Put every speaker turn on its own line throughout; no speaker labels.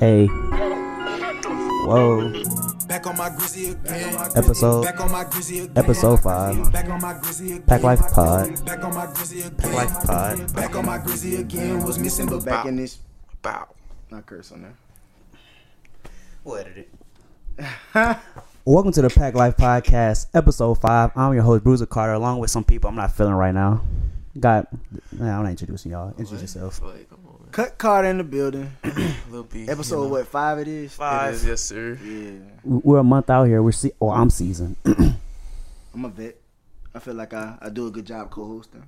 Hey. Whoa.
Back on my grizzly again.
Episode-
Back on my grizzly again.
episode five.
Back on my grizzly again.
Pack Life Pod.
Back on my grizzly again.
Pack Life Pod.
Back on my grizzly again. Was missing but
back
back
in this.
Bow.
Not curse on there.
What did it?
Welcome to the Pack Life Podcast, episode five. I'm your host, Bruiser Carter, along with some people I'm not feeling right now. Got, nah, I'm not introducing y'all. Introduce yourself.
Like, come on,
Cut card in the building.
man. Lil B.
Episode what five it is?
It is, yes, sir.
Yeah,
We- We're a month out here. We're se- oh, I'm seasoned.
I'm a vet. I feel like I, I do a good job co-hosting.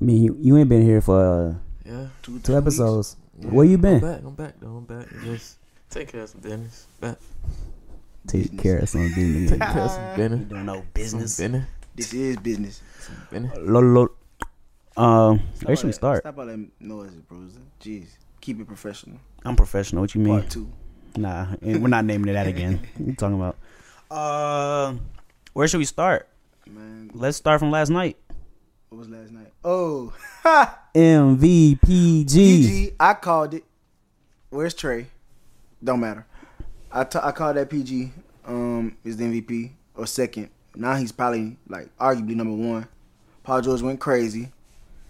I mean, you, you ain't been here for
Yeah.
Two,
uh, two
weeks.
episodes. Where you
I'm
been?
back. I'm back, though. I'm back. Just take care of some business. Back.
Take care of some business.
Take care of some business.
Don't know
Some business.
This is business.
Some
Oh,
business.
Lo, lo, um, where should we
all that-
start?
Stop all that noise, bruiser. Jeez, keep it professional.
I'm professional. What you mean?
Part two.
Nah, and we're not naming it that again. We're talking about. Uh, where should we start?
Man,
Let's start from last night.
what was last night? Oh,
MVPG.
PG. I called it. Where's Trey? Don't matter. I t- I called that PG. Um, is the MVP or second? Now he's probably like arguably number one. Paul George went crazy.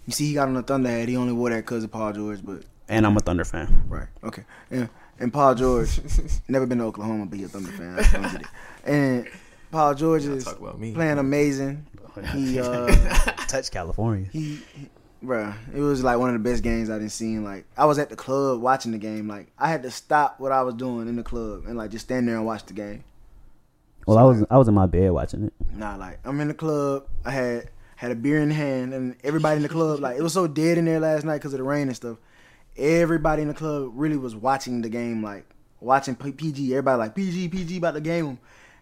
You see, he got on the Thunder hat. He only wore that because of Paul George, but
And I'm a Thunder fan.
right, okay. And and Paul George never been to Oklahoma, but he's a Thunder fan. I just don't get it. And Paul George
Y'all
is
talk about Oh, me.
playing amazing. He uh.
Touch California.
He, he bruh, it was like one of the best games I didn't seen. Like I was at the club watching the game. Like I had to stop what I was doing in the club and like just stand there and watch the game.
Well, I was I was in my bed watching it.
Nah, like I'm in the club. I had had a beer in hand and everybody in the club. Like it was so dead in there last night because of the rain and stuff. Everybody in the club really was watching the game. Like watching P- PG. Everybody like PG PG about the game.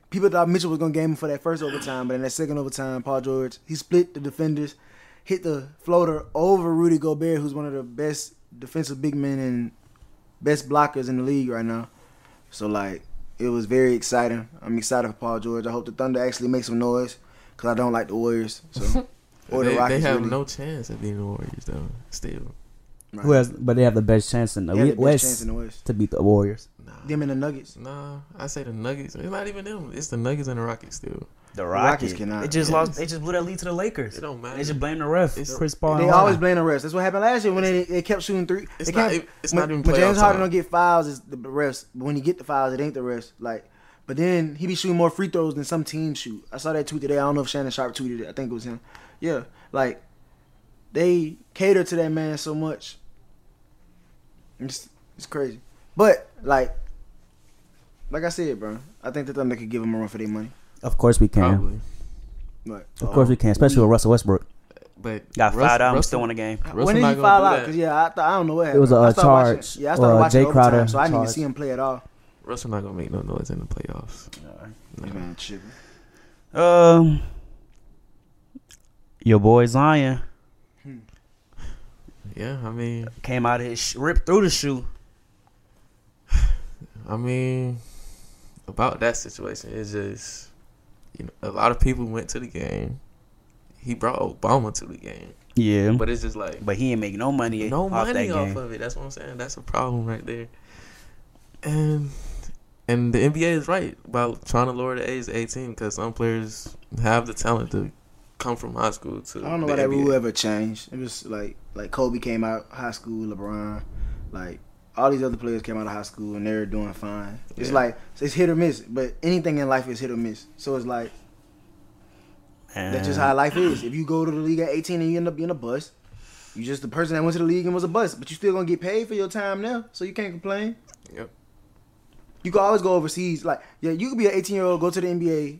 People thought Mitchell was gonna game him for that first overtime, but in that second overtime, Paul George he split the defenders. hit the floater over Rudy Gobert, who's one of the best defensive big men and best blockers in the league right now. So like, it was very exciting. I'm excited for Paul George. I hope the Thunder actually make some noise because I don't like the Warriors. So or the
they, they
Rockets.
have
really.
no chance at being the Warriors, though. Still.
Right.
Who has? But they have the best chance in the
They have the
West,
best chance in the West.
to beat the Warriors.
Nah.
Them and the Nuggets.
Nah. I say the Nuggets. It's not even them. It's the Nuggets and the Rockets, still.
The
Rockets cannot.
They just
Yes.
lost. They just blew that lead to the Lakers.
It don't matter.
They just blame the ref.
It's-
Chris Paul.
They
and all
always
that.
blame the refs. That's what happened last year when they, they kept shooting three.
It's
they
not
kept-
ev- it's
when,
not even
when
playoff
James Harden
time.
don't get fouls, it's the refs. But when you get the fouls, it ain't the refs. Like, but then he be shooting more free throws than some teams shoot. I saw that tweet today. I don't know if Shannon Sharp tweeted it. I think it was him. Yeah, like they cater to that man so much. It's it's crazy, but like. Like I said, bro, I think the Thunder could give him a run for their money.
Of course we can.
Probably.
But, uh,
Of course we can, especially with Russell Westbrook.
But
Got
Russ-
fired out.
Russell-
Still won the game.
Russell
when did
not
he
gonna
foul
do
out?
that.
Because yeah, I, th- I don't know what happened.
was a,
I
uh,
started watching-
charge,
yeah, I started
uh,
watching
Jay
overtime,
Crowder
so I didn't even
charge.
see him play at all.
Russell not gonna make no noise in the playoffs. Nah.
Man, chill.
Um, your boy Zion
Yeah, I mean,
came out of his sh- ripped through the shoe.
I mean, about that situation, it's just you know a lot of people went to the game. He brought Obama to the game,
Yeah, but,
but it's just like
he ain't make no money
no
off that
money off
game.
of it. That's what I'm saying. That's a problem right there. And and the NBA is right about trying to lower the age to 18 because some players have the talent to come from high school to.
I don't know
the
why that
NBA.
rule ever changed. It was like like Kobe came out high school, LeBron, like all these other players came out of high school and they're doing fine. It's
Yeah.
like it's hit or miss, but anything in life is hit or miss. So it's like that's just how life is. If you go to the league at 18 and you end up being a bust, you just the person that went to the league and was a bust, but you still gonna get paid for your time now, so you can't complain.
Yep.
You can always go overseas. Like, yeah, you could be an 18 year old, go to the NBA,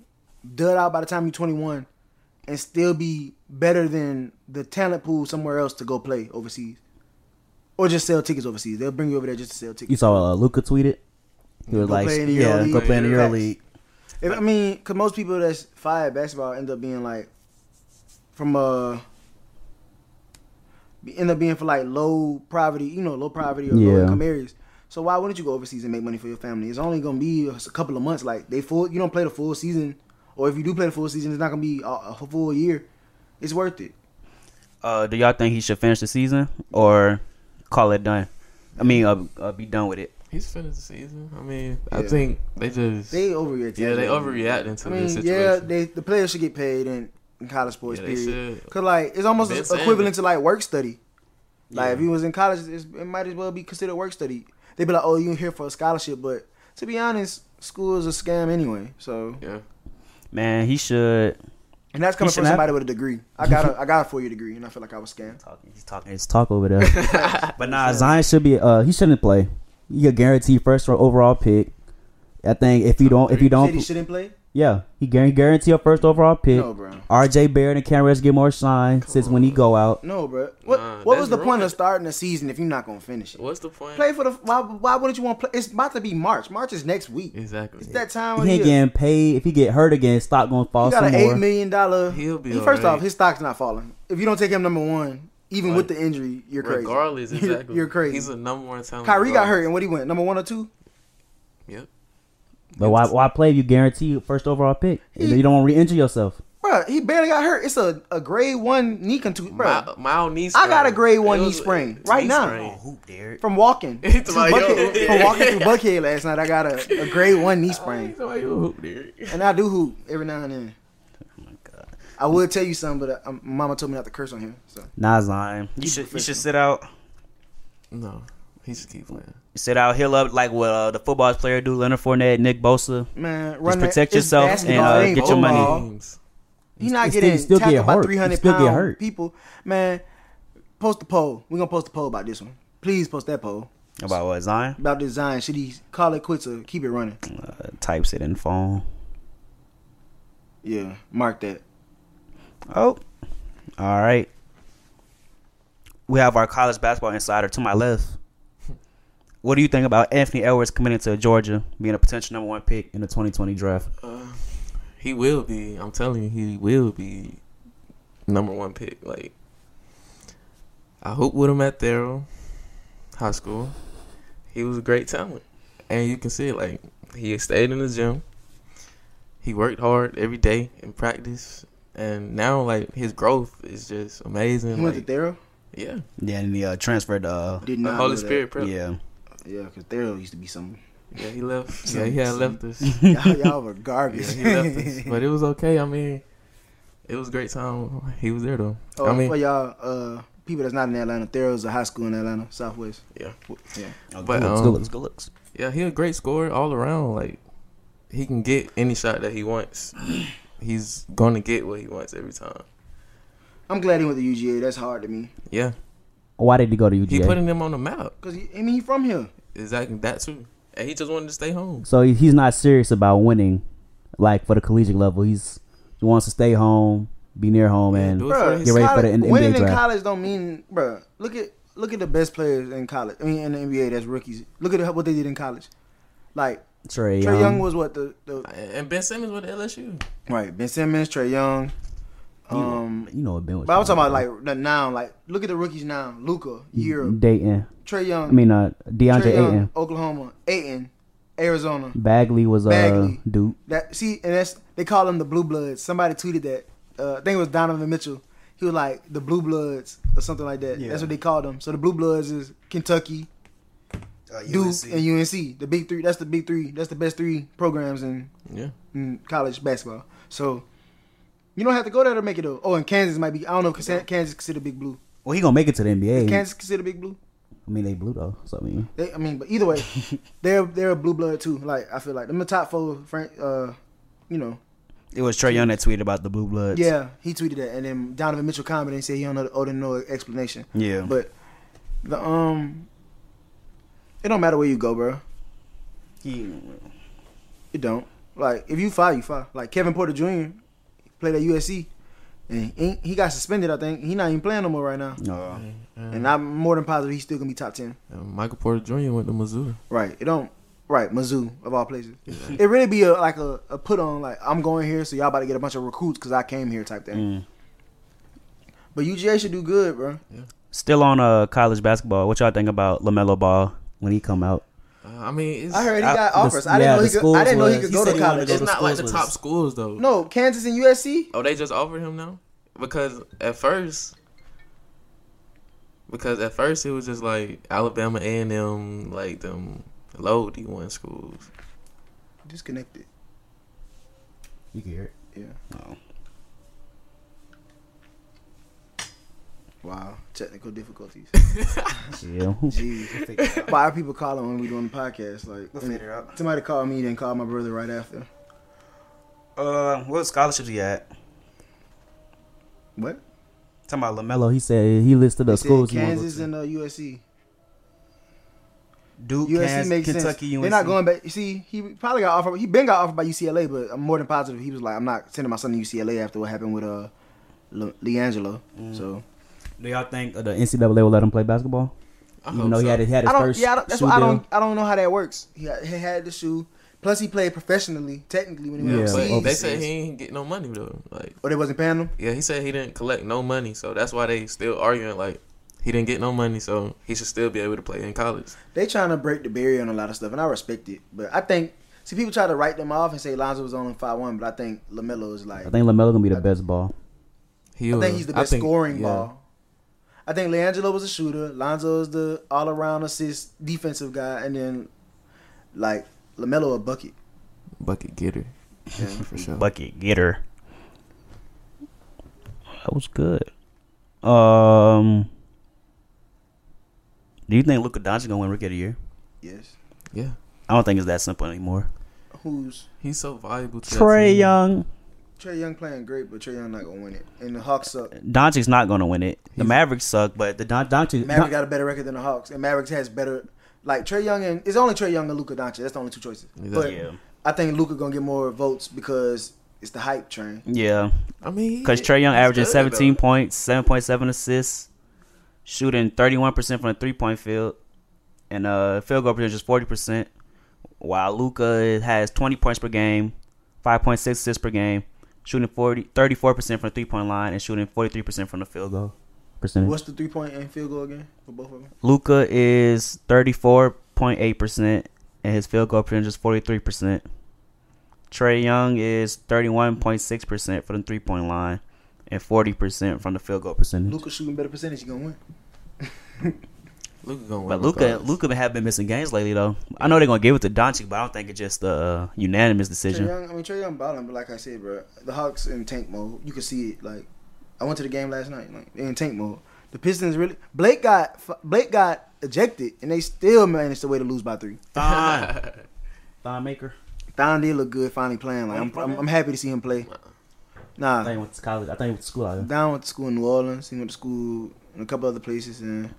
dud out by the time you're 21, and still be better than the talent pool somewhere else to go play overseas. Or just sell tickets overseas. They'll bring you over there just to sell
You
tickets.
saw uh, Luca tweeted. He was
Go
like,
play in the
"Yeah,
Euroleague."
go play in the
Facts.
EuroLeague."
If, I mean, because most people that's fired at basketball end up being like, from uh, be- end up being for like low poverty, you know, low poverty or
Yeah.
low income areas. So why wouldn't you go overseas and make money for your family? It's only gonna be a s- couple of months. Like they full, you don't play the full season, or if you do play the full season, it's not gonna be a, a full year. It's worth it.
Uh, do y'all think he should finish the season or call it done? I mean, uh, uh, be done with it.
He's finished the season. I mean, I
Yeah.
think they just
They overreact.
yeah they overreacting to
I mean,
this situation.
yeah, they the players should get paid in, in college sports.
Yeah, they
period.
should.
Cause like it's almost
Ben
equivalent
Simmons.
to like work study. Like
Yeah.
if you was in college, it's, it might as well be considered work study. They'd be like, oh, you here for a scholarship, but to be honest, school is a scam anyway. So
Yeah,
Man, he should.
and that's coming from
shouldn't have-
somebody with a degree. I got a I got a four year degree, and I feel like I was scammed.
Talking, he's talking. It's talk over there. but nah, Zion should be. Uh, he shouldn't play. You get guaranteed first or overall pick. I think if you don't, if you
Said he
don't,
shouldn't play.
yeah, he guaran- guarantee a first overall pick.
No, bro.
R.J. Barrett and Cam Reddish get more shine since when he go out.
No, bro. What
Nah,
What was the
that's
point
ruined.
of starting the season if you're not gonna finish it?
what's the point?
Play for the why? Why wouldn't you want to play? It's about to be March. March is next week.
Exactly.
It's that time of
He ain't
year.
getting paid. If he get hurt again, stock gonna fall
You got
some
an
more.
eight million dollar.
He'll be
first
alright.
off, his stock's not falling. If you don't take him number one, even with the injury, you're crazy.
Regardless,
You're-
exactly.
You're crazy.
He's a number one talent.
Kyrie got hurt,
regardless.
and what he went number one or two?
Yep.
But why, why play if you guarantee first overall pick? And
He-
you don't want to re-injure yourself.
Bro, he barely got hurt. It's a, a grade one knee contusion, bro,
My, my own knee
I got a
sprain.
grade one
It
knee
was-
sprain
knee
right now.
sprain.
hoop, Derek.
from walking
He
through
talking about,
Buckhead,
yo.
from walking through Buckhead last night. I got a, a grade one knee sprain,
Ain't nobody gonna hoop there.
and I do hoop every now and then.
Oh
I would tell you something, but uh, um, Mama told me not to curse on him. So
Nah, Zion. You should you should sit out
No, he should keep playing.
sit out hill up like what uh, the football player do, Leonard Fournette, Nick Bosa.
man, run that-
protect
it's
yourself
basketball,
and, uh,
it ain't
get your money.
football.
Games.
He's not
He still-
getting
he still get
tackled by
hurt. He
300
still get
pound
hurt.
people. Man, post a poll. We're going to post a poll about this one. Please post that poll
About what Zion?
about this Zion. Should he call it quits or keep it running?
Uh, types it in phone.
Yeah, mark that.
Oh, all right. We have our college basketball insider to my left. What do you think about Anthony Edwards committing to Georgia, being a potential number one pick in the 2020 draft?
He will be. I'm telling you, he will be number one pick. Like, I hoop with him at Thero High School. He was a great talent, and you can see it. Like, he stayed in the gym. He worked hard every day in practice, and now like his growth is just
He
amazing.
went to
Like,
Thero?
yeah,
Yeah, and he uh, transferred. Uh,
Did
the
not. know
Holy
that.
Spirit prep. Yeah.
yeah,
Yeah, because Thero used to be something.
he left. Yeah, he had left us.
y'all, y'all were
Yeah,
garbage.
he left us, but it was okay. I mean, it was a great time. He was there though.
oh,
I mean,
for y'all, uh, people that's not in Atlanta, Thero's a high school in Atlanta, Southwest.
Yeah.
Yeah.
But,
good looks,
um,
good looks, good looks.
Yeah, he a great scorer all around. Like he can get any shot that he wants. He's gonna get what he wants every time.
I'm glad he went to UGA. That's hard to me.
Yeah,
Why did he go to UGA?
he putting them on the map.
Because, I mean, he from here.
Exactly that too. And he just wanted to stay home.
so he- he's not serious about winning, like for the collegiate level. He's he wants to stay home, be near home,
Yeah,
and
do it
Bruh,
for his-
Get ready for
college-
the N- NBA
winning in
draft.
college don't mean, bro. Look at look at the best players in college. I mean, in the NBA, that's rookies. Look at what they did in college. Like
Trey
Trey
Young.
Young was what the, the
and Ben Simmons with LSU.
right Ben Simmons, Trey Young.
You-
Um,
you know what Ben was.
but I'm talking about
doing.
like the now. Like look at the rookies now: Luca, Europe,
Dayton.
Trey Young.
I mean, uh, DeAndre
Trey Young,
Ayton.
Oklahoma, Ayton, Arizona.
Bagley was uh,
Bagley.
Duke.
That see, and that's they call them the Blue Bloods. Somebody tweeted that. Uh, I think it was Donovan Mitchell. He was like the Blue Bloods or something like that. That's what they called them. So the Blue Bloods is Kentucky,
Uh,
Duke,
UNC.
and UNC. The big three. That's the big three. That's the best three programs in,
Yeah,
in college basketball. So you don't have to go there to make it though. Oh, and Kansas might be. I don't know. if Kansas, Kansas considered big blue.
Well, he gonna make it to the NBA.
Kansas considered big blue.
I mean, they blew though. So I mean,
They, I mean, but either way, they're they're a blue blood too. Like I feel like them the top four. Frank, uh, you know,
it was Trey Young that tweeted about the blue bloods.
Yeah, he tweeted that, and then Donovan Mitchell commented and said he don't know, owe them no explanation.
yeah.
But the um, it don't matter where you go, bro.
he,
It don't. Like if you fire, you fire. Like Kevin Porter Jr. played at USC, and he, he got suspended. I think he not even playing no more right now.
uh,
And I'm more than positive he's still gonna be top ten.
and Michael Porter Jr. went to Missouri.
Right. It don't. Right. Mizzou of all places. It really be a, like a, a put on like I'm going here, so y'all about to get a bunch of recruits because I came here type thing.
mm.
But UGA should do good, bro.
Still on uh college basketball. What y'all think about Lamelo Ball when he come out?
Uh, I mean, it's,
I heard he
I-
got
the-
offers. I
yeah,
didn't
the
know he could. I
schools
didn't know he
was-
could
he
go
said
to
he wanted to
college.
go
it's
the
not like the
schools
top
was-
schools though.
No, Kansas and USC.
Oh, they just offered him now because at first, because at first it was just like Alabama A and M, like them low D one schools.
Disconnected.
You can hear it.
Yeah.
Oh.
Wow. Technical difficulties.
Chill.
Jeez. Why are people calling when we doing the podcast? Like,
We'll figure it out.
somebody called me, then called my brother right after.
uh, what scholarships he at?
What?
Talking about Lamelo, he said he listed
They
the
said
schools. he wanna go
Kansas
to.
and uh, USC.
Duke,
USC
Kansas,
makes
Kentucky,
sense.
UNC.
They're not going back. You see, he probably got offered. He been got offered by UCLA, but I'm more than positive he was like, I'm not sending my son to UCLA after what happened with uh, Le- LeAngelo.
Mm.
So
Do y'all think the NCAA will let him play basketball?
I
Even
hope
though he
so.
had his, he had his
I don't.
first
Yeah, I don't, that's
shoe
why I
deal.
don't. I don't know how that works. He, had- he had the shoe. Plus, he played professionally, technically, when he went
Yeah,
But
overseas.
they said he ain't get no money though. Like
Or they wasn't paying him.
yeah, he said he didn't collect no money, so that's why they still arguing like he didn't get no money, so he should still be able to play in college.
They trying to break the barrier on a lot of stuff, and I respect it. But I think, see, people try to write them off and say Lonzo was only five one, but I think Lamelo is like.
I think Lamelo gonna be the best ball.
He
I
was-
think he's the best
think-
scoring
yeah.
ball. I think LeAngelo was a shooter. Lonzo is the all around assist defensive guy, and then like Lamelo a bucket.
bucket getter. for sure.
Bucket getter. That was good. Um, do you think Luka Doncic gonna win Rookie of the Year?
Yes.
yeah,
I don't think it's that simple anymore.
Who's
he's so valuable. To that
Trey
team.
Young,
Trey Young playing great, but Trey Young not gonna win it. And the Hawks suck.
Doncic's not gonna win it. The
He's-
Mavericks suck, but the Don- Doncic.
Maverick got a better record than the Hawks, and Mavericks has better. Like Trey Young and it's only Trey Young and Luka Doncic. That's the only two choices. But
Exactly.
yeah,
I think Luka gonna get more votes because it's the hype train.
yeah.
I mean,
Because Trey Young
he's
averaging
good,
17
though.
points, 7.7 assists, shooting 31% from the three point field, and uh, field goal percentage is 40%, while Luca has 20 points per game, 5.6 assists per game, shooting 40, 34% from the three point line, and shooting 43% from the field goal percentage.
What's the three point and field goal again for both of them?
Luca is 34.8%, and his field goal percentage is 43%. Trey Young is 31.6% from the three point line and 40% from the field goal percentage.
Luka shooting better percentage, he gonna win.
Luka gonna win
But Luca,
regardless.
Luca have been missing games lately though. I know they're gonna give it to Doncic, but I don't think it's just a uh, unanimous
Trey
decision.
Young, I mean Trey Young balling, but like I said, bro, the Hawks in tank mode. You can see it. Like I went to the game last night, like they in tank mode. The Pistons really. Blake got Blake got ejected, and they still managed to way to lose by three.
Thon, Thon Maker.
Don did look good finally playing. Like I'm, I'm, I'm happy to see him play.
I think
Nah,
he went to college. I think he went to school. out here.
Don went to school in New Orleans. He went to school in a couple other places, and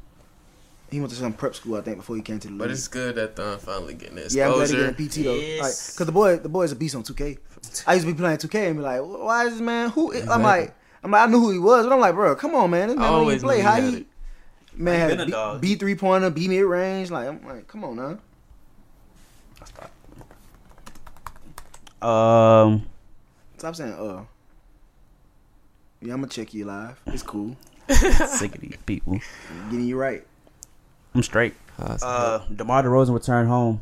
he went to some prep school I think before he came to the league.
But it's good that Thon finally getting the
Yeah, I'm glad he
exposure.
getting PT though. Like,
Yes.
cause the boy, the boy's a beast on 2K. I used to be playing 2K and be like, why is this man? Who? is-" I'm
Exactly.
like, I'm like, I knew who he was, but I'm like, bro, come on, man, this
I
man don't even
always
play.
knew
How
he
he?
had it.
Man
been
had
a
a
dog.
B, B three pointer, B mid range. Like, I'm like, come on, now.
Um,
Stop saying, uh. Yeah, I'm gonna check you live. It's cool.
sick of these people.
I'm getting you right.
I'm straight.
Ah, so-
Uh, DeMar DeRozan returned home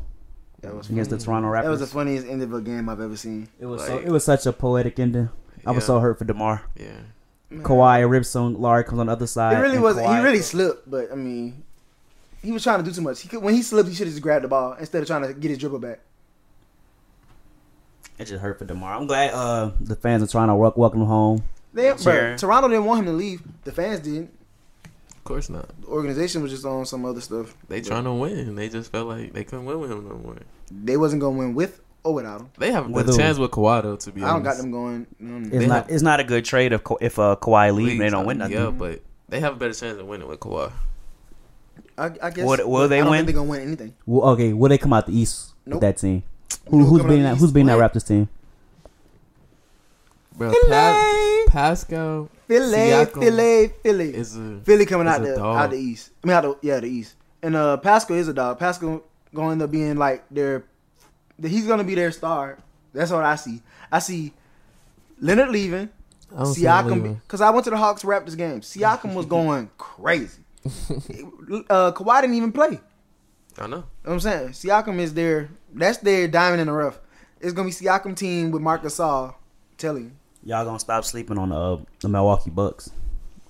That was
against the Toronto Raptors.
that was the funniest end of a game I've ever seen.
It was
Like-
so, it was such a poetic ending. I was
Yeah.
so hurt for Demar.
yeah.
Man.
Kawhi rips on Larry comes on the other side.
It really
and
was. He
Kawhi-
really slipped, but I mean, he was trying to do too much. He could when he slipped, he should have just grabbed the ball instead of trying to get his dribble back.
It just hurt for Demar. I'm glad uh, the fans are trying to wel- welcome him home.
They,
Sure.
bro, Toronto didn't want him to leave. The fans didn't.
Of course not.
The organization was just on some other stuff.
They trying to win. They just felt like they couldn't win with him no more.
They wasn't gonna win with or without him.
They have a
With
good
who?
chance with Kawhi though, to be
I don't
honest.
got them going. No, no.
It's
They
not
have-
it's not a good trade if Ka- if uh, Kawhi leaves and they
Leagues,
don't win
I mean,
nothing.
Yeah, but they have a better chance of winning with Kawhi.
I, I guess.
Will- will
but
they
I don't
win?
Think they're gonna win anything.
Well, okay, will they come out the East
Nope.
with that team?
Who
Who, who's
coming out
beating
the
that? Who's
East?
beating that Raptors team?
Bro, Pa- Pascal
Philly,
Siakam
Philly, Philly,
is a
Philly coming out
is a
the
dog.
out the East. I mean, out the, yeah, the East. And uh, Pascal is a dog. Pascal gonna end up being like their. that He's gonna be their star. That's what I see. I see Leonard leaving.
I don't see him
Siakam,
leaving.
because I went to the Hawks Raptors game. Siakam was going crazy. uh, Kawhi didn't even play.
I know.
You know what I'm saying Siakam is their that's their diamond in the rough. It's gonna be Siakam team with Marcus All telling you.
Y'all gonna stop sleeping on the uh, the Milwaukee Bucks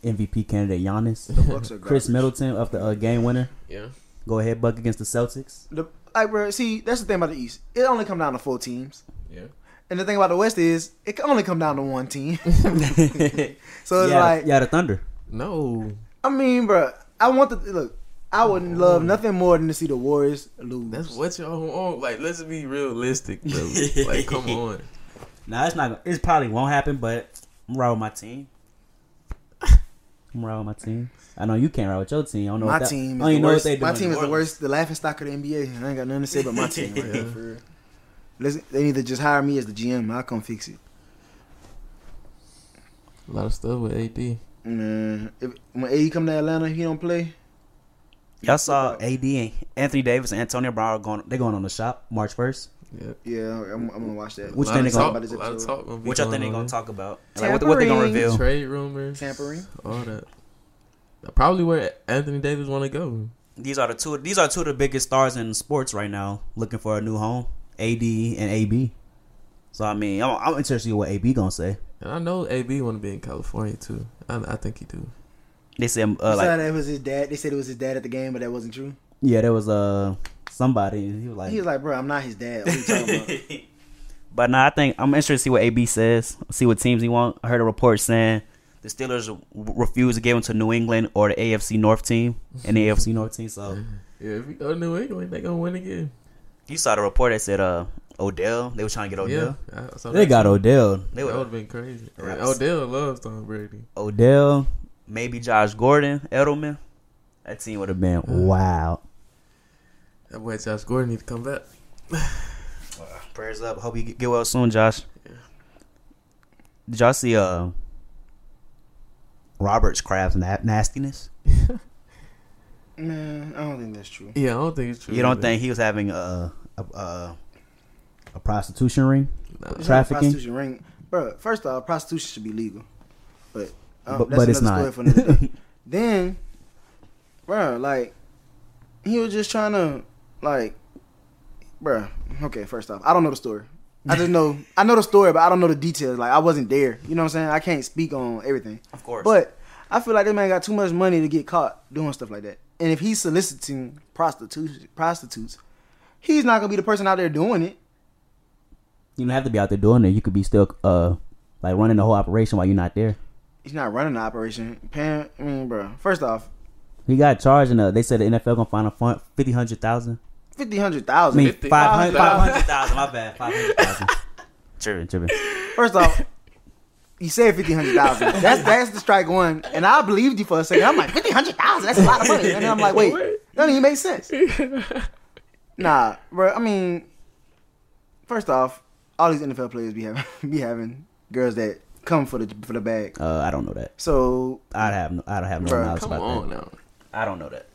MVP candidate Giannis,
The Bucks are
Chris
garbage.
Middleton of the uh, game winner.
Yeah.
Go ahead, Buck against the Celtics.
The, like, bro, see, that's the thing about the East. It only come down to four teams.
Yeah.
And the thing about the West is it can only come down to one team. so it's
yeah,
like,
yeah, the Thunder.
No.
I mean, bro, I want the look. I would love nothing more than to see the Warriors lose.
That's what y'all want. Like, let's be realistic, bro. like, come on.
Nah, it's not. It probably won't happen, but I'm right with my team. I'm right with my team. I know you can't ride with your team. I don't know.
my
if that,
team.
I don't
Is the
even know
worst.
what they
My
doing.
team is the worst, the laughing stock of the NBA. I ain't got nothing to say about my team. Right now, for real. Listen, they need to just hire me as the GM. I'll come fix it.
A lot of stuff with AD.
Nah, if, when AE come to Atlanta, he don't play.
Y'all saw AD and Anthony Davis and Antonio Brown are going. They're going on the shop March first.
Yep.
Yeah, I'm, I'm gonna watch that.
Which
A lot
thing
of
they gonna-
talk-
about this
a lot of
episode?
talk gonna be
What y'all think
going
they
on.
gonna talk about? Like what, what they gonna
Tampering.
reveal?
Trade rumors,
Tampering.
all that. Probably where Anthony Davis want to go.
These are the two. These are two of the biggest stars in sports right now, looking for a new home. AD and AB. So I mean, I'm, I'm interested in what AB gonna say.
And I know AB want to be in California too. I, I think he do.
They said
Uh,
uh, like
that was his dad. They said it was his dad at the game, but that wasn't true.
yeah, there was uh somebody. He was like
He was like, bro, I'm not his dad. What are you talking about?
But no, I think I'm interested to see what AB says, see what teams he want. I heard a report saying the Steelers w- refuse to give him to New England or the AFC North team and the AFC North team. So
Yeah, if we go to New England, they gonna win again.
you saw the report that said uh Odell. They were trying to get Odell.
Yeah, I saw
They
that.
got Odell. They
That would
were
have been crazy.
Right.
Odell loves Tom Brady.
Odell, maybe Josh Gordon, Edelman. That team would have been wow.
That boy Josh Gordon need to come back.
Prayers up. Hope you get get well soon, Josh. Did y'all see uh Robert's crabs na- nastiness?
Man, I don't think that's true.
Yeah, I don't think it's true.
You don't
man.
think he was having a a, a, a prostitution ring?
Nah.
It's not a
Trafficking?
prostitution ring, bro. First off, prostitution should be legal, but uh,
But-
that's
but it's
another
not.
story for another day. then, bro, like he was just trying to, like, bro. Okay, first off, I don't know the story. I just know I know the story, but I don't know the details. Like I wasn't there. You know what I'm saying? I can't speak on everything.
Of course.
But I feel like this man got too much money to get caught doing stuff like that. And if he's soliciting prostitutes, prostitutes, he's not gonna be the person out there doing it.
you don't have to be out there doing it. You could be still uh like running the whole operation while you're not there.
He's not running the operation. Pan, I mean, bro. First off,
He got charged and uh, they said the NFL gonna find a fund fifty hundred thousand.
fifty hundred
I
thousand.
mean
50,000.
five hundred five hundred thousand. My bad. Five hundred thousand. Tripping, tripping.
First off, you said fifty hundred thousand. That's that's the strike one, and I believed you for a second. I'm like fifty hundred thousand. That's a lot of money, and then I'm like, wait, that don't even make sense. Nah, bro. I mean, first off, all these NFL players be having be having girls that come for the for the bag.
Uh, I don't know that.
So,
I have no. I don't have no
Bruh,
knowledge
Come
about
on
that.
now.
I don't know that.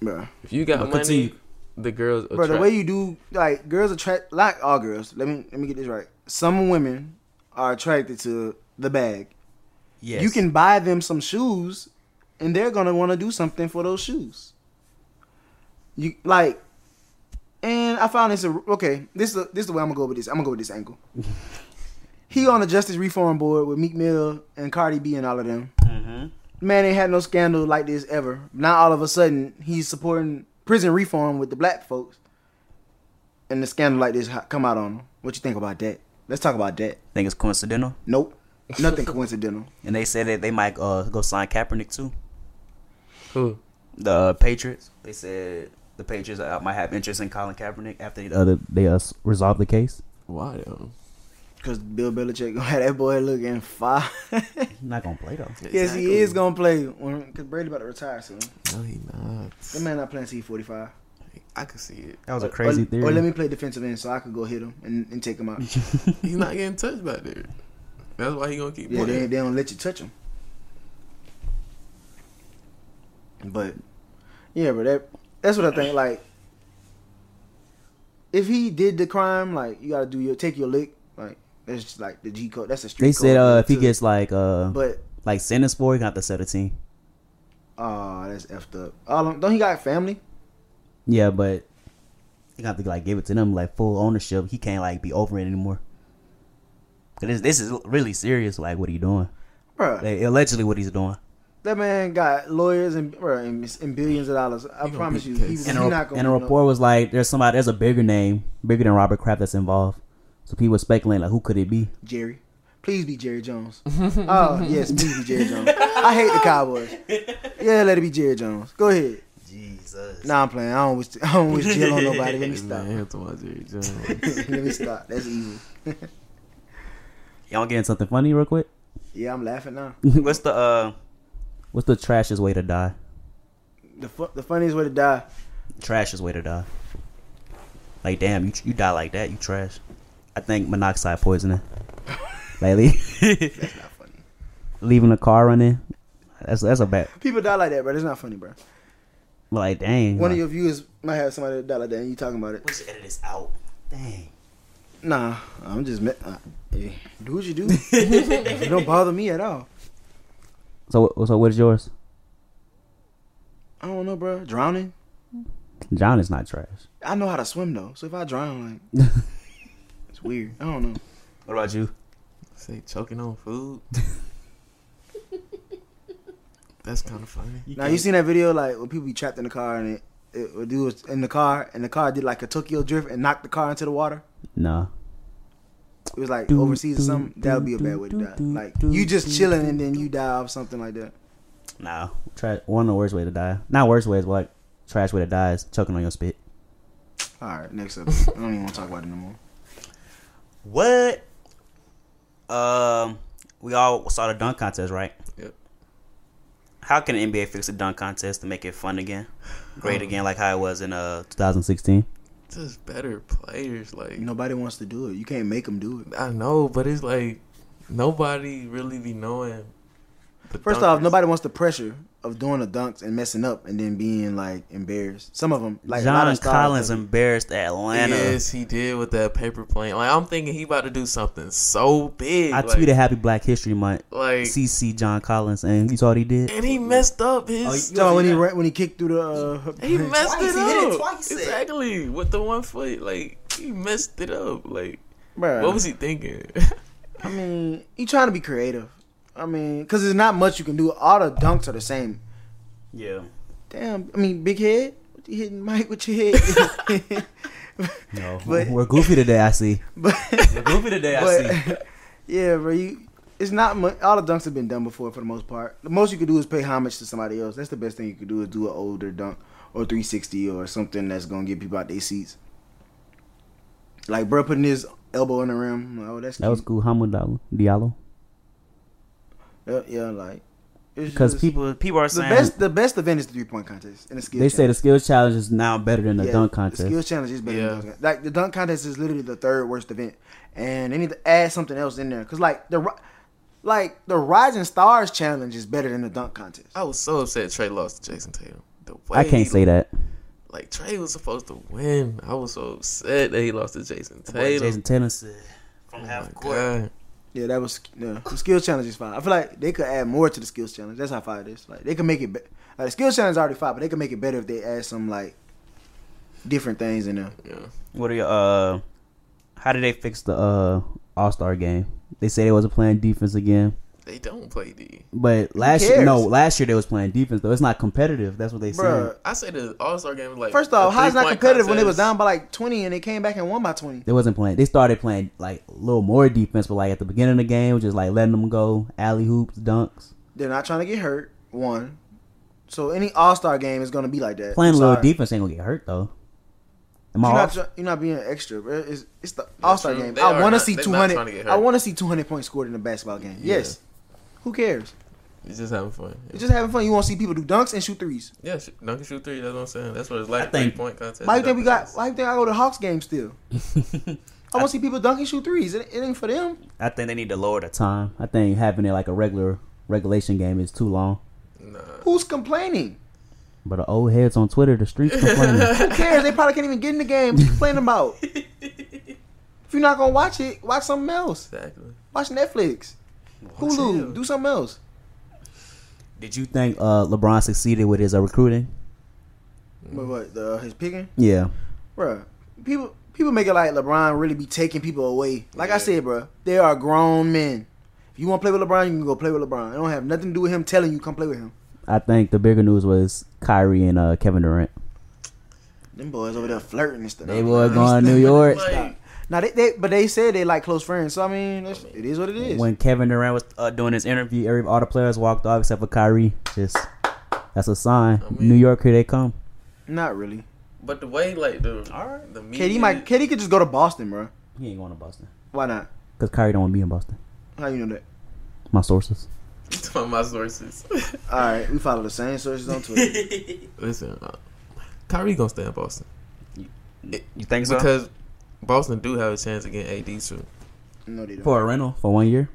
bro.
If you got
But
money,
continue.
the girls.
Bro,
Attract.
the way you do like girls attract like all girls. Let me let me get this right. Some women are attracted to the bag.
Yes.
You can buy them some shoes, and they're gonna want to do something for those shoes. You like, and I found this a, okay. This is this is the way I'm gonna go with this. I'm gonna go with this angle. he on the Justice Reform Board with Meek Mill and Cardi B and all of them.
Mhm.
Man ain't had no scandal like this ever. Now all of a sudden he's supporting prison reform with the black folks, and the scandal like this ha- come out on him. What you think about that? Let's talk about that.
Think it's coincidental.
Nope, nothing coincidental.
And they said that they might uh go sign Kaepernick too.
Who?
the uh, Patriots. They said the Patriots uh, might have interest in Colin Kaepernick after they, uh, they uh, resolved the case.
Why though?
Cause Bill Belichick gonna have that boy looking fire.
He's not gonna play though.
yes, he is gonna play when cause Brady about to retire soon.
No, he not.
That man not playing till he's forty five.
I could see it.
That was a
or,
crazy theory.
Or let me play defensive end so I could go hit him and, and take him out.
He's not getting touched back there. That's why he gonna keep
yeah, they,
playing.
they don't let you touch him. But yeah, but that that's what I think. Like, if he did the crime, like you gotta do your take your lick. Like that's just like the G code. That's a street.
they said
code
uh, if he
too.
gets like uh
but
like sentenced for, he got to set a team.
oh, that's effed up. All of- don't he got family?
Yeah, but he got to like give it to them like full ownership. He can't like be over it anymore. 'Cause this this is really serious. Like what he doing?
Bruh.
Like, allegedly what he's doing.
That man got lawyers and, bro, and, and billions of dollars. I
gonna
promise
beat
you,
the
he,
case.
he's
And,
not
a,
gonna.
and a
win no-
report was like, "There's somebody, there's a bigger name, bigger than Robert Kraft that's involved." So people were speculating, like, who could it be?
Jerry. Please be Jerry Jones. oh yes, please be Jerry Jones. I hate the Cowboys. Yeah, let it be Jerry Jones. Go ahead.
Jesus.
Nah, I'm playing. I don't wish. I don't wish jail on nobody. Let me stop.
Man, I have to watch Jerry Jones.
let me stop. That's easy.
Y'all getting something funny real quick?
Yeah, I'm laughing now.
what's the uh, what's the trashest way to die?
The fu- the funniest way to die.
Trashest way to die. Like, damn, you you die like that, you trash. I think monoxide poisoning. Lately,
That's not funny.
leaving the car running. That's that's a bad.
People die like that, bro. That's not funny, bro.
Like, dang.
One of
like-
your viewers might have somebody that die like that, and you talking about it.
We should edit this out. Dang.
Nah, I'm just. Me- uh, eh, do what you do. it don't bother me at all.
So, so what is yours?
I don't know, bro. Drowning.
John is not trash.
I know how to swim though, so if I drown, like,
what
it's weird. I don't know.
about you?
Say choking on food. That's kind of funny.
now you seen that video like when people be trapped in the car and it, it a dude was in the car and the car did like a Tokyo drift and knocked the car into the water.
No.
It was like
Do,
overseas or
do,
something. That would be a
do,
bad way to
do,
die.
do,
Like
do,
you just
do,
chilling
do,
and then you die of something like that.
No. Tra- one of the worst way to die. Not worst ways, but like trash way to die is choking on your spit.
All right, next up. I don't even want to talk about it no more.
What? Um, we all saw the dunk contest, right?
Yep.
How can the NBA fix the dunk contest to make it fun again, great
Oh,
again, like how it was in uh 2016?
Just better players. Like
Nobody wants to do it. You can't make them do it.
I know, but it's like nobody really be knowing. the
First off,
dunkers.
nobody wants the pressure of doing the dunks and messing up and then being like embarrassed. Some of them, like a lot
John
of stars,
Collins
like,
embarrassed Atlanta.
Yes, he did with that paper plane. Like I'm thinking he about to do something so big.
I
like,
tweeted Happy Black History Month.
like,
CC John Collins, and you saw what he did.
and he messed up
Oh,
his.
Talking about when he ran, when he kicked through the. Uh,
He messed
Twice,
it
he hit
up.
it twice, eh?
exactly. With the one foot, like he messed it up. Like
Bruh.
what was he thinking?
I mean, you trying to be creative. I mean, because there's not much you can do. All the dunks are the same.
Yeah.
Damn. I mean, big head. What you hitting Mike with your head?
No,
But-
we're goofy today. I see.
but,
We're goofy today.
but yeah, bro. You, it's not much. All the dunks have been done before for the most part. The most you could do is pay homage to somebody else. That's the best thing you could do is do an older dunk or 360 or something that's gonna get people out their seats. Like, bro, putting his elbow in the rim. I'm like, Oh, that's
That was
cute.
cool, Hamadou Diallo.
Uh, yeah, like it's
Because
just-
people people are
The
saying
best, the best event is the three point contest and the skill.
they say the
challenge.
skills challenge is now better than the
Yeah,
dunk contest.
The skills challenge is better.
Yeah.
Than the dunk. Like the dunk contest is literally the third worst event, and they need to add something else in there because like the, ri- like the Rising Stars challenge is better than the dunk contest.
I was so upset Trey lost to Jason Tatum. The way
I can't
he-
say that.
Like Trey was supposed to win. I was so upset that he lost to Jason Tatum.
Jason Tatum said from
Oh my
half court.
God.
Yeah, that was yeah. The skills challenge is fine. I feel like they could add more to the skills challenge. That's how fire it is. Like they could make it. Be- like the skills challenge is already fine, but they could make it better if they add some like different things in there.
Yeah.
What are your uh? How did they fix the uh All Star game? They say they wasn't playing defense again,
They don't play D.
but last year
cares?
no, last year they was playing defense though. It's not competitive. That's what they said.
Bruh.
I say the All Star game was like
First off, how is not competitive when they was down by like twenty and they came back and won by twenty?
They wasn't playing. They started playing like a little more defense, but like at the beginning of the game, just like letting them go, alley hoops, dunks.
They're not trying to get hurt. One. So any All Star game is going to be like that.
Playing a
I'm
little
sorry.
defense ain't gonna get hurt though. Am I
You're
off?
not, tr- you're not being extra. Bro. It's, it's the All Star
true.
game.
They
I
are
want to
not-
see
they're not
two
trying to get
hundred.
hurt.
I want to see two hundred points scored in a basketball game.
Yeah.
Yes. Who cares?
He's just having fun. Yeah.
You're just having fun. You want to see people do dunks and shoot threes.
Yeah, sh- dunk and shoot three. That's what I'm saying. That's what it's like.
I think-
three point contest.
Why you think we got?
Dunks.
Why you think I go to Hawks game still? I want to see people dunk and shoot threes. It, it ain't for them.
I think they need to lower the time. I think having it like a regular regulation game is too long.
Nah.
Who's complaining?
But the old heads on Twitter, the streets complaining.
Who cares? they probably can't even get in the game. What you complaining about? if you're not gonna watch it, watch something else.
Exactly.
Watch Netflix,
Chill.
Hulu. Do something else.
Did you think uh, LeBron succeeded with his uh, recruiting?
But what? The, his picking.
Yeah.
Bruh, people people make it like LeBron really be taking people away. Like I
Yeah.
said, bruh, they are grown men. If you want to play with LeBron, you can go play with LeBron. It don't have nothing to do with him telling you come play with him.
I think the bigger news was Kyrie and uh, Kevin Durant.
Them boys over there flirting and stuff.
They were going to New York.
Like,
Now they, they but they said they like close friends. So I mean, that's, it is what it is.
When Kevin Durant was uh, doing his interview, every all the players walked off except for Kyrie. Just that's a sign.
I mean-
New York, here they come.
Not really.
but the way like the the media,
KD might KD could just go to Boston, bro.
He ain't going to Boston
Why not?
because Kyrie don't want to be in Boston.
How you know that?
My sources.
from my sources.
All right, we follow the same sources on Twitter.
Listen, uh, Kyrie gonna stay in Boston
You think
because Boston do have a chance of getting AD too.
no, they don't.
For a rental for one year.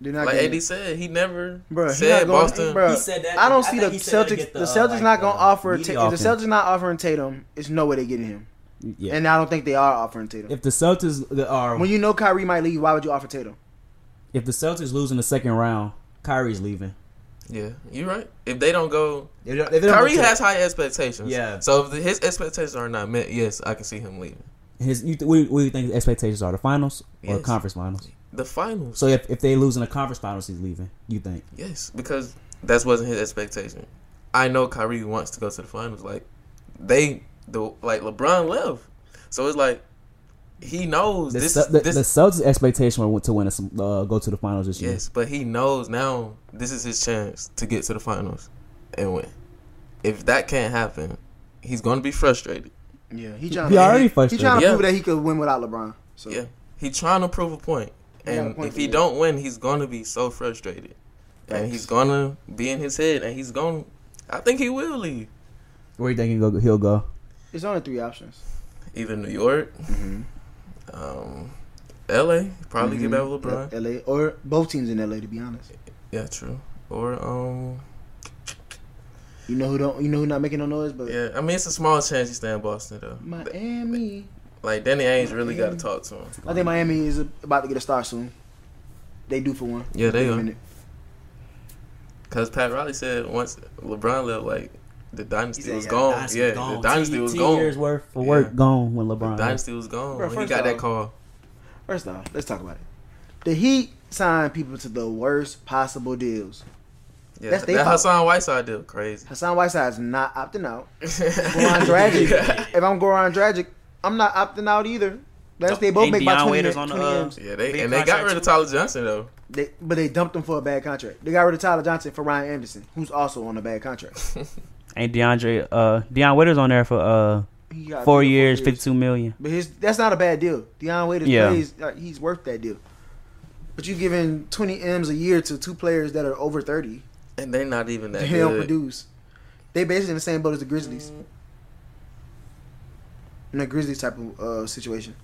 They're not
Like
getting-
AD said, he never
Bruh, he not
said
going-
Boston.
bruh. He
said that.
I don't see the Celtics. The, Celtics not gonna offer. Ta- if the Celtics not offering Tatum, it's no way they getting him.
Yeah.
And I don't think they are offering Tatum.
if the Celtics the- are
when you know Kyrie might leave, why would you offer Tatum?
if the Celtics lose in the second round, Kyrie's leaving.
Yeah, you right. If they don't go,
If they- if they don't
Kyrie
go to-
has high expectations.
Yeah.
So if the, his expectations are not met, yes, I can see him leaving
his. You th- what, do you- what do you think his expectations are? The finals or
Yes.
conference finals?
the finals.
So if, if they lose in the conference finals, he's leaving. You think?
Yes, because that wasn't his expectation. I know Kyrie wants to go to the finals. Like they, the like LeBron left, so it's like he knows
The,
this.
Ce- the,
this
the Celtics' expectation were to win a, s- uh, go to the finals this year.
yes, but he knows now this is his chance to get to the finals and win. If that can't happen, he's going to be frustrated.
Yeah, he trying.
He already
He
frustrated.
trying to
Yeah.
prove that he could win without LeBron. So
Yeah, he's trying to prove a point,
You got a
and
point
if he
there.
don't win, he's gonna be so frustrated, and he's gonna be in his head, and he's gonna. I think he will leave
Where you think he'll go? He'll go.
it's only three options.
either New York, um, L.A. Mm-hmm. Probably get back with LeBron.
Yeah, LA or both teams in LA. To be honest,
Yeah, true. Or um,
you know who don't. You know who not making no noise, but
yeah. I mean, it's a small chance he stay in Boston though.
Miami.
Like Danny Ainge really got to talk to him.
I think Miami is about to get a star soon. They do for one.
Yeah, they
Wait a
are.
minute.
Cause Pat Riley said once LeBron left, like the dynasty
said,
was
yeah,
gone. Oh, yeah, the dynasty was gone.
years worth of
Yeah.
work gone when
The
LeBron.
dynasty was gone.
Bro,
when he
first
got that
off-
call.
First off, let's talk about it. The Heat signed people to the worst possible deals.
Yeah,
That's they
that
fault.
Hassan Whiteside deal crazy.
Hassan Whiteside's not opting out. Goran
yeah,
Dragic. if I'm Goran Dragic, I'm not opting out either. That's they both
Ain't
make about
Deion
20,
Waiters on
on
the,
20
uh,
M's.
they
Big
and they got
contract
rid of Tyler Johnson though.
They, but they dumped him for a bad contract. They got rid of Tyler Johnson for Ryan Anderson, who's also on a bad contract.
Ain't DeAndre uh Deion Waiters on there for uh
He got
four
three or
years, fifty two million.
But his that's not a bad deal. Deion Waiters
Yeah.
plays; like, he's worth that deal. But you giving twenty m's a year to two players that are over thirty.
And they're not even that
They don't
good.
produce. They basically in the same boat as the Grizzlies.
Mm-hmm.
In a Grizzlies type of uh, situation.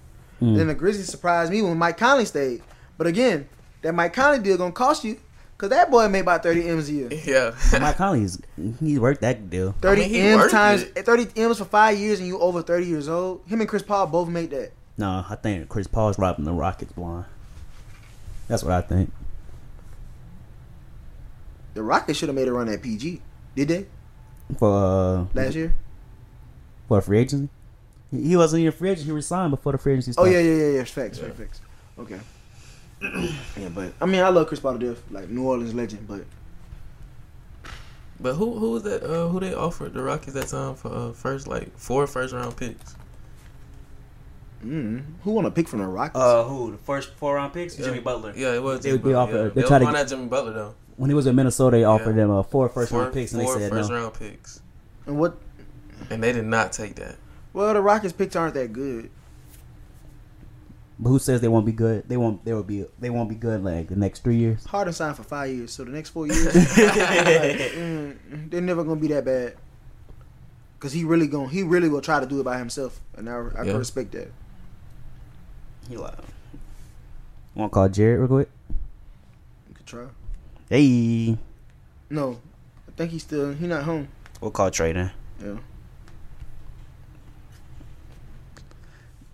Mm.
Then the Grizzlies surprised me when Mike Conley stayed. But again, that Mike Conley deal gonna cost you because that boy made about thirty m's a year.
Yeah.
Mike Conley's he's worked that deal.
Thirty
he
m's
worth
times
it.
thirty m's for five years, and you over thirty years old. Him and Chris Paul both made that.
No, I think Chris Paul's robbing the Rockets blind. That's what I think.
The Rockets should have made a run at PG. Did they
For uh,
last year?
for a free agency, he he wasn't even a free agent. He resigned before the free agency.
Oh
Started.
yeah, yeah, yeah, yeah. Facts, facts, facts. Okay. yeah, but I mean, I love Chris Paul to death, like New Orleans legend. But
but who who was that uh, who they offered the Rockets that time for uh, first like four first round picks?
mm, who want to pick from the Rockets?
Uh, who the first four round picks? Jimmy Butler.
Yeah, it was
They-
Jimmy
they
Butler,
offered-
yeah.
they
They
tried to
won
get-
that Jimmy Butler though.
When he was in Minnesota, they offered
Yeah.
him uh, four first
Four-
round picks, and they
four
said
first
no.
round picks.
and what?
And they did not take that.
Well, the Rockets picks aren't that good.
But who says they won't be good? They won't. They will be. They won't be good like the next three years.
Harden signed for five years, so the next four years, like, mm, they're never gonna be that bad. Cause he really going he really will try to do it by himself, and I, I
Yeah.
can respect that.
You Want to call Jared real quick?
You could try.
Hey,
No, I think he's still he not home.
we'll call Trey then.
Yeah.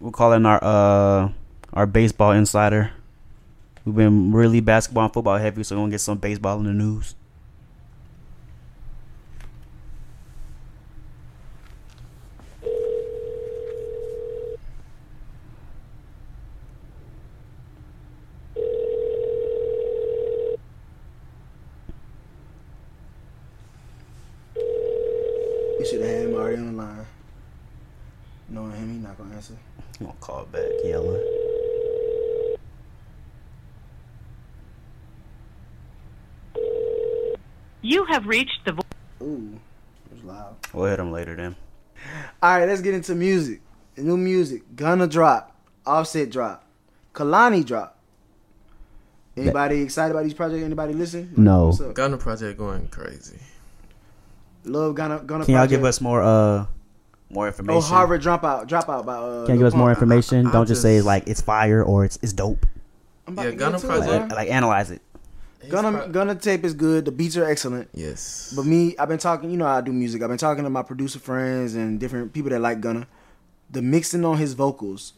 We're calling our uh our baseball insider. We've been really basketball and football heavy, so we're gonna get some baseball in the news.
Knowing him, he not gonna answer.
I'm gonna call back yelling.
You have reached the. Vo-
Ooh, it was loud.
We'll hit him later then.
All right, let's get into music. New music. Gonna drop. Offset drop. Kalani drop. Anybody excited about these projects? Anybody listen?
No.
What's up?
Gunner Project going crazy.
Love Ghana. Ghana
Can y'all give
Project.
us more uh more information?
Oh Harvard dropout. Dropout by. Uh,
Can you give us
Lil
more
Pump.
information?
I- I
Don't just say
just-
like it's fire or it's it's dope.
I'm about
Yeah,
to get
Ghana
to it,
Project.
Like,
bro.
like, analyze it.
His
Gunna
pro-
Gunna tape is good. The beats are excellent.
yes.
But me, I've been talking. You know, how I do music. I've been talking to my producer friends and different people that like Gunna. The mixing on his vocals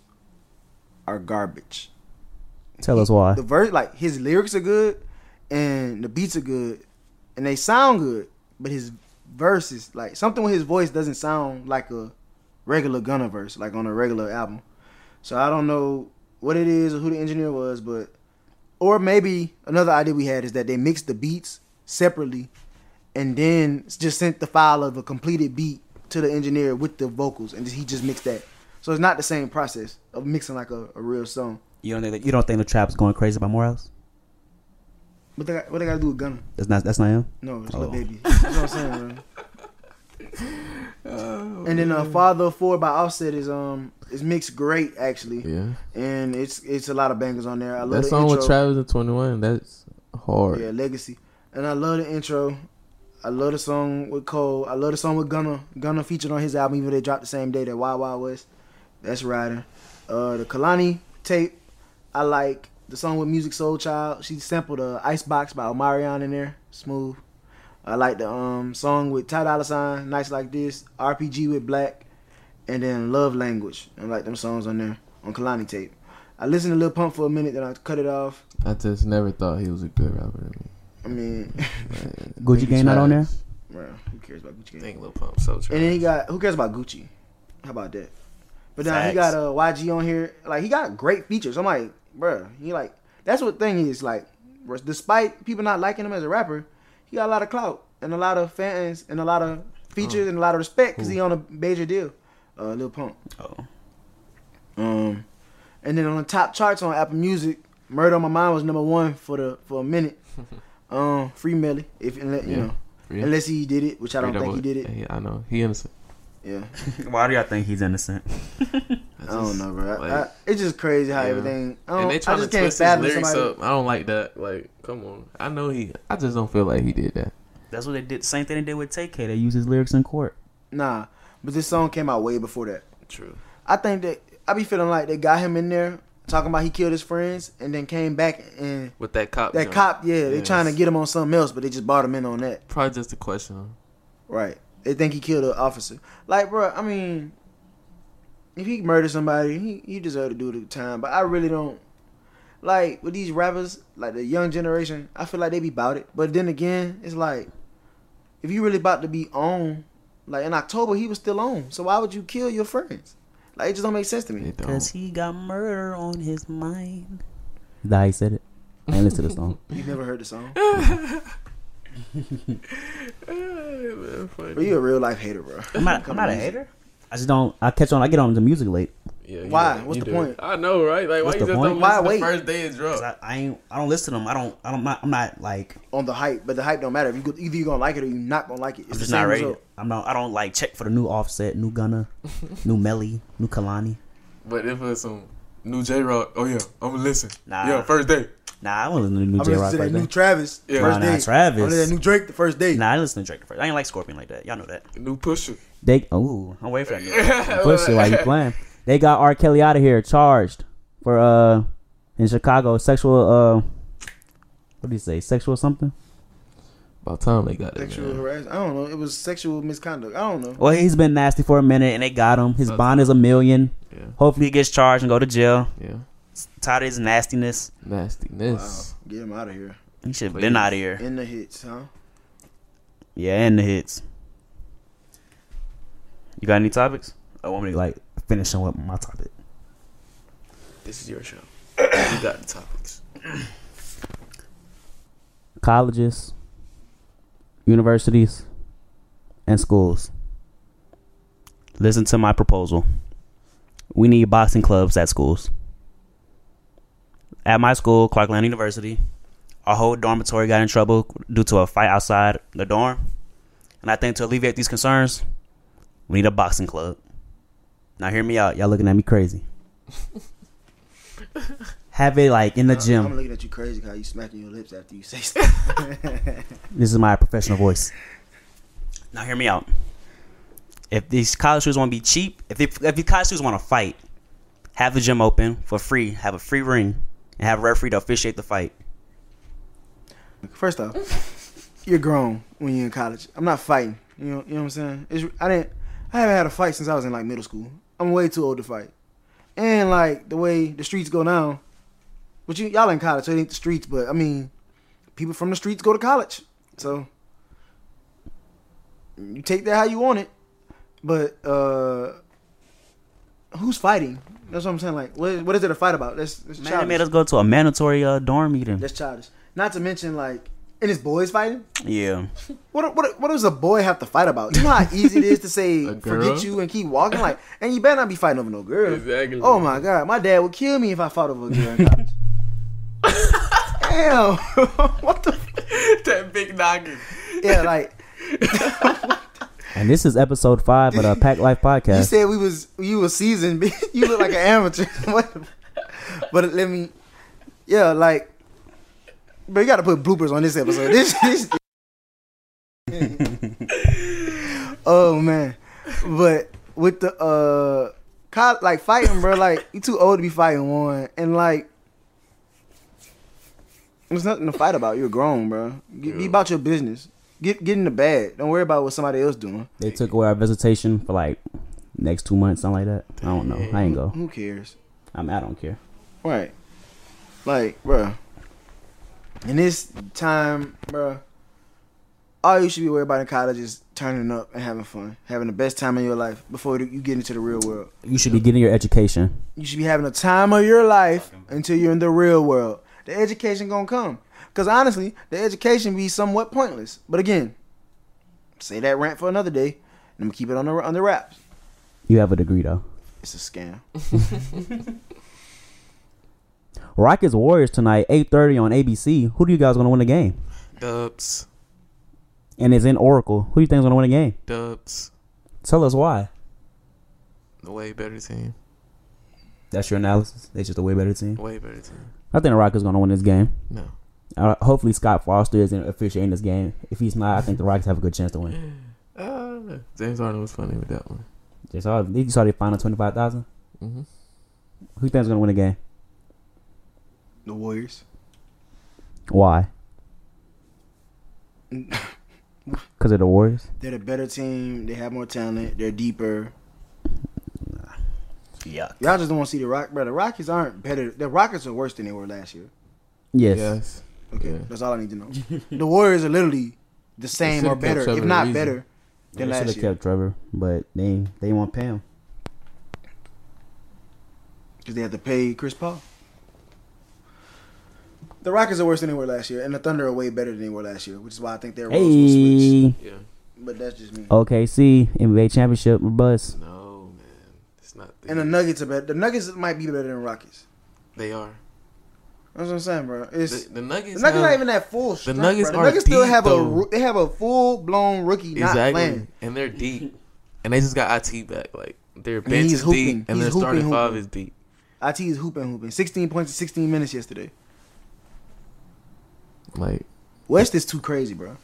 are garbage.
Tell us why.
The verse, like his lyrics are good, and the beats are good, and they sound good. But his verses, like something with his voice, doesn't sound like a regular Gunna verse, like on a regular album. So I don't know what it is or who the engineer was, but or maybe another idea we had is that they mixed the beats separately and then just sent the file of a completed beat to the engineer with the vocals and he just mixed that. So it's not the same process of mixing like a, a real song.
You don't think that, you don't think the trap's going crazy by Morales?
But they got, what they got to do with Gunna?
That's not that's not him.
No, it's
Oh.
Lil Baby. That's what I'm saying, bro.
Oh,
and then uh, Father of Four by Offset is um is mixed great actually,
yeah.
and it's it's a lot of bangers on there. I love
That
the
song
intro.
with Travis and Twenty One. That's hard.
Yeah, Legacy. And I love the intro. I love the song with Cole. I love the song with Gunna. Gunna featured on his album, even though they dropped the same day that Wild Wild West. That's riding. Uh, the Kalani tape. I like the song with Music Soul Child. She sampled uh, Icebox by Omarion in there. Smooth. I like the um song with Ty Dolla Sign, Nice Like This, RPG with Black, and then Love Language. I like them songs on there on Kalani tape. I listened to Lil Pump for a minute, then I cut it off.
I just never thought he was a good rapper to me.
I mean,
Like,
Gucci
think
Gang not on
Travis.
Bro, who cares about Gucci? Gang?
Think Lil Pump so trash.
And then he got who cares about Gucci? How about that? But then he
Facts.
got uh, YG on here. Like he got great features. I'm like, bruh, he like that's what thing is like. res- Despite people not liking him as a rapper, he got a lot of clout and a lot of fans and a lot of features and a lot of respect because he on a major deal. Uh, Lil Pump.
Oh.
Um, and then on the top charts on Apple Music, "Murder on My Mind" was number one for the for a minute. Um, Free Melly, if unless, you
Yeah.
know,
Free-
unless he did it, which I don't
Free
think he
Double-
did it.
Yeah, I know. He innocent.
Yeah.
Why do y'all think he's innocent?
I don't know, bro. I, I,
like-
it's just crazy how
Yeah.
everything. I,
and
don't,
they
I
trying
just
to
can't
twist his
fathom
lyrics
somebody.
up. I don't like that. Like, come on. I know he. I just don't feel like he did that.
That's what they did. Same thing they did with TK. They used his lyrics in court.
Nah, but this song came out way before that.
True.
I think that I be feeling like they got him in there talking about he killed his friends and then came back and
With that cop.
that
jump.
cop. Yeah, they
Yes.
trying to get him on something else, but they just bought him in on that.
Probably just a question.
Right. They think he killed an officer. Like, bro, I mean, if he murdered somebody, he, he deserved to do the time. But I really don't. Like, with these rappers, like the young generation, I feel like they be about it. But then again, it's like, if you really about to be on, like in October, he was still on. So why would you kill your friends? Like, it just don't make sense to me.
It don't.
Cause he got murder on his mind. Nah, he said it. And listen to the song.
You never heard the song.
Yeah,
But you a real life hater, bro.
I'm not, I'm not a hater. I just don't. I catch on. I get on the music late.
you
Why?
do.
What's
You
the
do.
point?
I know, right? Like,
What's
why you
the
just
point?
don't
Why
listen
wait?
the first day it dropped?
'Cause I, I ain't. I don't listen to them. I don't. I don't. I'm not, I'm not like.
On the hype, but the hype don't matter. If you go, either you gonna like it or you not gonna like it. It's
I'm
the
just
same
not ready.
result.
I'm not. I don't like check for the new Offset, new Gunna, new Melly, new Kalani.
But if it's some new J Rock, oh yeah, I'm gonna listen.
Nah.
Yeah, first day.
Nah, I don't listen to new
I'm
J
listening
Rock
to that
like
new
that.
Travis
Yeah.
first
Nah, nah,
day.
Travis.
I'm listening to that new Drake the first day.
Nah, I listen to Drake the first. I ain't like Scorpion like that. Y'all know that.
New Pusher.
They. Oh, I'm waiting for that. Pussy, why you playing? They got R. Kelly out of here charged for uh in Chicago sexual uh what do you say sexual something?
About time they got it.
Sexual
man.
harassment. I don't know. It was sexual misconduct. I don't know.
Well, he's been nasty for a minute, and they got him. His
That's-
bond is a million.
Yeah,
Hopefully, he gets charged and go to jail.
yeah.
Tired of his nastiness.
Wow.
Nastiness.
Get him out of here.
He should have
Please.
been out of here.
In the hits, huh?
Yeah, and the hits. You got any topics? I want me to like finishing with my topic.
This is your show. you got the topics.
Colleges, universities, and schools. Listen to my proposal. we need boxing clubs at schools. At my school, Clarkland University, our whole dormitory got in trouble due to a fight outside the dorm. And I think to alleviate these concerns, we need a boxing club. Now hear me out. Y'all looking at me crazy. Have it like in the
Uh, I'm
gym.
looking at you crazy how you smacking your lips after you say stuff.
This is my professional voice. Now hear me out. If these college students want to be cheap, if they, if these college students want to fight, have the gym open for free. Have a free ring and have a referee to officiate the fight.
First off, you're grown when you're in college. I'm not fighting. You know, you know what I'm saying? It's, I didn't. I haven't had a fight since I was in like middle school. I'm way too old to fight. And like the way the streets go now, but you y'all in college, so it ain't the streets. But I mean, people from the streets go to college, so you take that how you want it. But uh who's fighting? That's what I'm saying. Like, what, what is it a fight about? That's, that's
Man, they
childish.
made us go to a mandatory uh, dorm meeting.
That's childish. Not to mention like, and it's boys fighting.
Yeah,
What, what what does a boy have to fight about? You know how easy it is to say
A girl?
forget you and keep walking like, and you better not be fighting over no girl.
Exactly.
Oh my god, my dad would kill me if I fought over a girl. In college. Damn, what the?
that big noggin.
Yeah, like
and this is episode five of the Pack Life
you
podcast.
said, we was you was seasoned. bitch. you look like an amateur. What the- but let me, yeah, like, but you got to put bloopers on this episode. This, this. oh man, but with the uh, col- like fighting, bro, like you too old to be fighting one, and like. There's nothing to fight about. You're grown, bro. Get, Be
Yeah.
about your business. Get get in the bag. Don't worry about what somebody else doing.
They took away our visitation for like next two months, something like that. I don't know. I ain't go.
Who cares?
I mean, I don't care.
Right. Like, bruh. In this time, bruh, all you should be worried about in college is turning up and having fun, having the best time of your life before you get into the real world.
You should be getting your education.
You should be having the time of your life until you're in the real world. The education gonna come, cause honestly, the education be somewhat pointless. But again, say that rant for another day. And I'm gonna keep it on the on the wraps.
You have a degree though.
It's a scam.
Rockets Warriors tonight, eight thirty on ABC. Who do you guys gonna win the game?
Dubs.
And it's in Oracle. Who do you think's gonna win the game?
Dubs.
Tell us why.
The way better team.
That's your analysis. They just a way better team.
Way better team.
I think the Rockets gonna win this game.
No.
Uh, hopefully Scott Foster is officiating this game. If he's not, I think the Rockets have a good chance to
Mm.
win.
Uh, James Harden was funny with that one.
They saw, you saw they final twenty five thousand.
Mm-hmm.
Who you think's gonna win the game?
The Warriors.
Why? Because of the Warriors.
They're the better team. They have more talent. They're deeper.
Yuck.
Y'all just don't want to see the Rock, bro. The Rockets aren't better. The Rockets are worse than they were last year.
Yes.
Yes.
Okay,
Yeah.
that's all I need to know. the Warriors are literally the same or
should've kept
better,
Trevor
if not
Ariza.
better,
They
than
should
last
have
year
kept Trevor, but they they want Pam.
because they had to pay Chris Paul. The Rockets are worse than they were last year, and the Thunder are way better than they were last year, which is why I think their roles will
Hey,
switch.
Yeah.
But that's just
Oh.
me.
OKC NBA championship bus.
No, man. It's not. The,
And the Nuggets are better. The Nuggets might be better than the Rockets.
they are.
That's what I'm saying, bro. It's
The, the Nuggets.
The Nuggets
have-
not even that full. Strength,
Nuggets
bro.
are
the Nuggets still
deep,
have a
though.
ro- they have a full blown rookie not
exactly.
playing.
And they're deep. And they just got IT back. Like their
he's
bench is
hooping.
deep, and
He's
their starting
hooping,
five
hooping.
is deep.
It is hooping, hooping. 16 points in 16 minutes yesterday.
Like
West is too crazy, bro.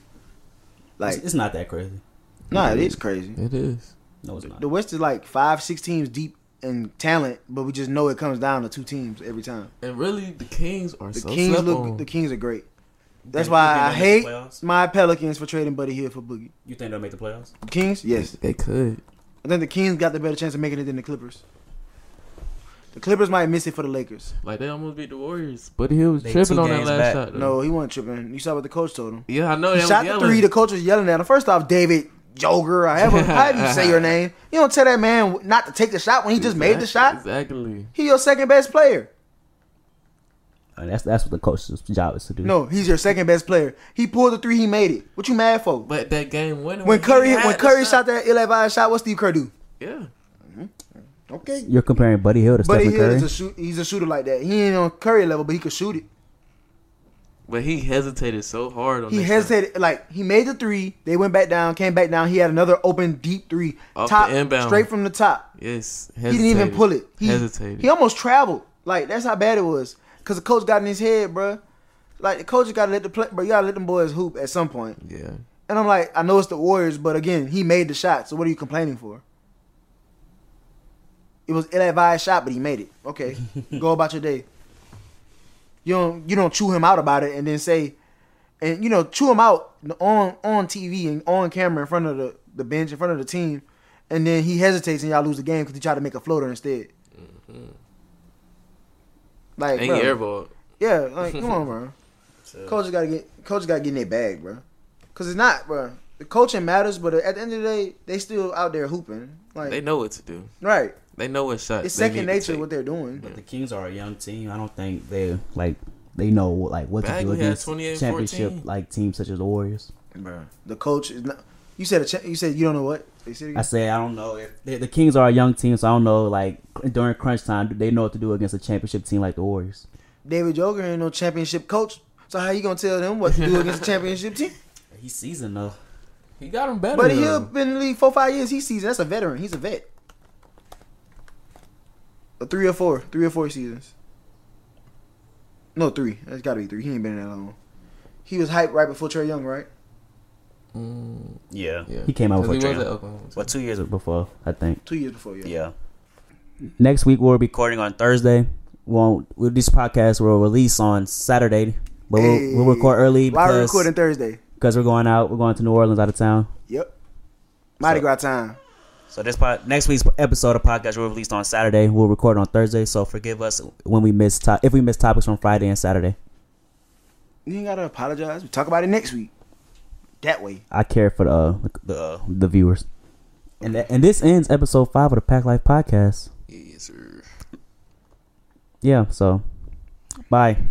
Like,
It's, it's not that crazy.
nah, it is crazy.
it is.
No, it's not.
The West is like five, six teams deep in talent, but we just know it comes down to two teams every time.
And really, the Kings are
The
so
Kings
slept
look.
on.
The Kings are great. That's
They-
why
they
I
made the
hate
playoffs?
my Pelicans for trading Buddy Hill for Boogie.
You think they'll make the playoffs?
Kings, yes.
they could.
I think the Kings got the better chance of making it than the Clippers. The Clippers might miss it for the Lakers.
Like they almost beat the Warriors. But he was
They
tripping
two
on that
games
last
back.
shot. Though.
No, he wasn't tripping. You saw what the coach told him.
Yeah, I know.
He
they
shot
Oh, was
the
yelling.
three. The coach was yelling at him. First off, David Joger, I ever, however you say your name, you don't tell that man not to take the shot when he just made the shot.
Exactly.
He your second best player.
Uh, that's that's what the coach's job is to do.
No, he's your second best player. He pulled the three. He made it. What you mad for?
But that game winner.
When
he
Curry
had
when
the
Curry shot that ill advised shot, what Steve Kerr do?
Yeah.
Okay.
You're comparing Buddy Hill to
But he
Stephen Curry.
is a shoot, he's a shooter like that. He ain't on Curry level, but he could shoot it.
But he hesitated so hard on
He
this
hesitated, like he made the three. They went back down, came back down. He had another open deep three,
Off
top
the inbound.
straight from the top.
shot. Yes.
He didn't even
hesitated.
pull it. He
hesitated.
He almost traveled. Like that's how bad it was. Cause the coach got in his head, bruh. Like the coach got to let the play, bro. You gotta let them boys hoop at some point.
yeah.
And I'm like, I know it's the Warriors, but again, he made the shot. So what are you complaining for? It was ill-advised shot, but he made it. Okay, go about your day. You don't you don't chew him out about it and then say, and you know chew him out on on TV and on camera in front of the the bench in front of the team, and then he hesitates and y'all lose the game because he tried to make a floater instead. Like,
And he
bro,
airballed.
yeah, like come on, bro. Coaches gotta get coaches gotta get in their bag, bro. Cause it's not, bro. The coaching matters, but at the end of the day, they still out there hooping. Like
They know what to do.
right,
They know what shot.
it's
they
second
need to
nature
take.
what they're doing.
But the Kings are a young team. I don't think they like they know like what to do
Bagley had
against
28,
championship
14.
like teams such as the Warriors.
Bro, the coach is not. You said a cha- you said you don't know what they said.
I
Again?
say I don't know if the, the Kings are a young team, so I don't know like during crunch time do they know what to do against a championship team like the Warriors?
David Joker ain't no championship coach, so how you gonna tell them what to do against a championship team?
He's seasoned though.
He got him better.
But
than
he'll
them.
been in the league four five years. He's seasoned. That's a veteran. He's a vet. A three or four, three or four seasons. No, three. That's got to be three. He ain't been in that long. He was hyped right before Trey Young, right?
Mm,
Yeah.
yeah.
He came out
'Cause
before
he
Trae
was at
Young.
Oklahoma.
What two years before I think.
Two years before, yeah.
Yeah. Next week we'll be recording on Thursday. Won't well, this podcast will release on Saturday, but
Hey.
we'll, we'll record early
Why are we
because
recording Thursday?
because we're going out. We're going to New Orleans out of town.
Yep. Mardi
So-
Gras time.
So this pod, next week's episode of podcast will released on Saturday. We'll record on Thursday. So forgive us when we miss to- if we miss topics from Friday and Saturday.
You ain't gotta apologize. We talk about it next week. That way.
I care for the uh, the the viewers. And that, and this ends episode five of the Pack Life podcast.
Yes, sir.
Yeah. So bye.